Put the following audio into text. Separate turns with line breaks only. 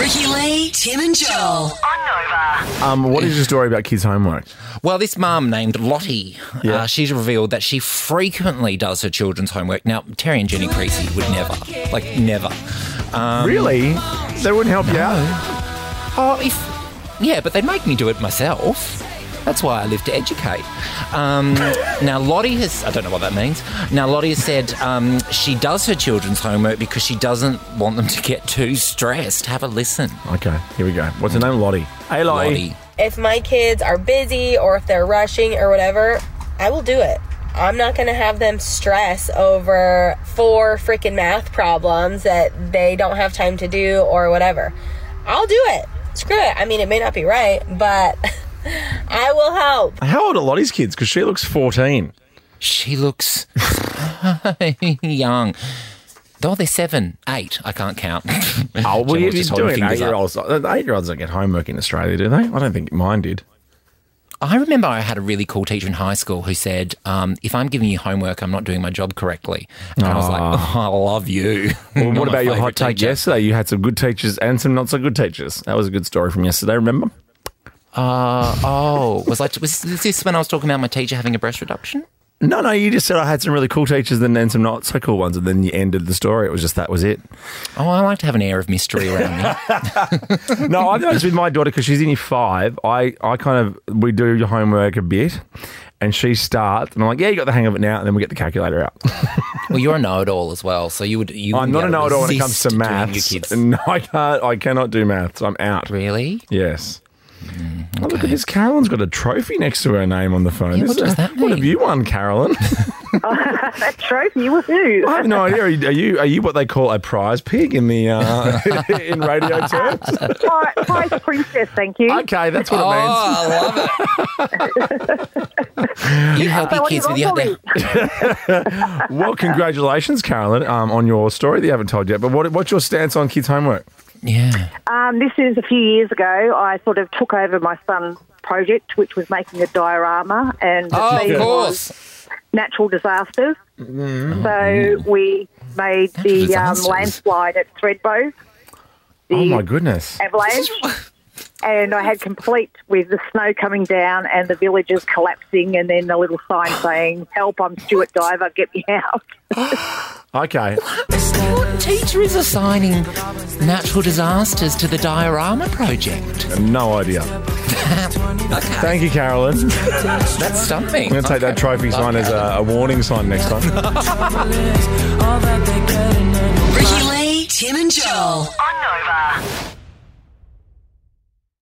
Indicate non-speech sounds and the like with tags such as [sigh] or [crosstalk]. Jackie, Tim, and Joel.
Um, what is your story about kids' homework?
Well, this mum named Lottie,
Yeah.
uh, she's revealed that she frequently does her children's homework. Now, Terry and Jenny Creasy would never, like, never.
really? They wouldn't help you out.
Oh, if yeah, but they make me do it myself. That's why I live to educate. Um, [laughs] now, Lottie has, I don't know what that means. Now, Lottie has said um, she does her children's homework because she doesn't want them to get too stressed. Have a listen.
Okay, here we go. What's her name? Lottie. Hey, Lottie.
Lottie.
if my kids are busy or if they're rushing or whatever, I will do it. I'm not going to have them stress over four freaking math problems that they don't have time to do or whatever. I'll do it. Screw it. I mean, it may not be right, but [laughs] I will help.
How old are Lottie's kids? Because she looks 14.
She looks [laughs] young. Though they're seven, eight, I can't count. [laughs]
Oh, well,
Someone's
you're
just
just
holding
doing
fingers
eight year
up.
olds. Eight year olds don't get homework in Australia, do they? I don't think mine did.
I remember I had a really cool teacher in high school who said, um, if I'm giving you homework, I'm not doing my job correctly. And I was like, oh, [laughs] I love you.
Ah.
[laughs]
Well,
Not
what
my
about your hot
favourite
take
teacher.
yesterday? You had some good teachers and some not so good teachers. That was a good story from yesterday, remember?
Oh, was I, was this when I was talking about my teacher having a breast reduction?
No, no, you just said I had some really cool teachers and then some not so cool ones, and then you ended the story. It was just that was it.
Oh, I like to have an air of mystery around
[laughs]
me.
No, I've noticed with my daughter because she's in year five. I, I kind of we do your homework a bit, and she starts, and I'm like, yeah, you got the hang of it now, and then we get the calculator
[laughs]
out.
Well, you're a know-it-all as well, so you would. You
I'm
wouldn't
not
be
a
able
know-it-all when it comes
resist
to
doing your
maths.
kids.
[laughs] No, I can't. I cannot do maths. I'm out.
Really?
Yes. Oh, look at this. Carolyn's got a trophy next to her name on the phone.
Mm, Yeah, what
This-
does that
What have
mean?
you won, Carolyn? [laughs]
Trophy,
[laughs]
woohoo!
I have no idea. Are you, are you are you what they call a prize pig in the uh, [laughs] in radio
[laughs]
terms?
Pri- Prize princess, thank you.
Okay, that's what
Oh,
it means.
I love it. you help
So
your
what do you
kids with your.
want for
Their,
me?
Well, congratulations, Carolyn, um, on your story that you haven't told yet. But what, what's your stance on kids' homework?
yeah.
Um, this is a few years ago. I sort of took over my son's project, which was making a diorama, and the
Oh,
theme
of
was
course. Mm-hmm. Oh,
natural disasters. So we made
Natural
the um,
disasters.
landslide at Threadbow,
Oh my goodness!
avalanche, and I had complete with the snow coming down and the villagers collapsing, and then the little sign saying "Help! I'm Stuart Diver, get me out."
Okay,
uh, What teacher is assigning natural disasters to the diorama project?
no idea.
[laughs] okay,
Thank you, Carolyn. I'm
that's something.
going to take that trophy sign as a, a warning sign next time.
Ricky Lee, Tim, and Joel.
On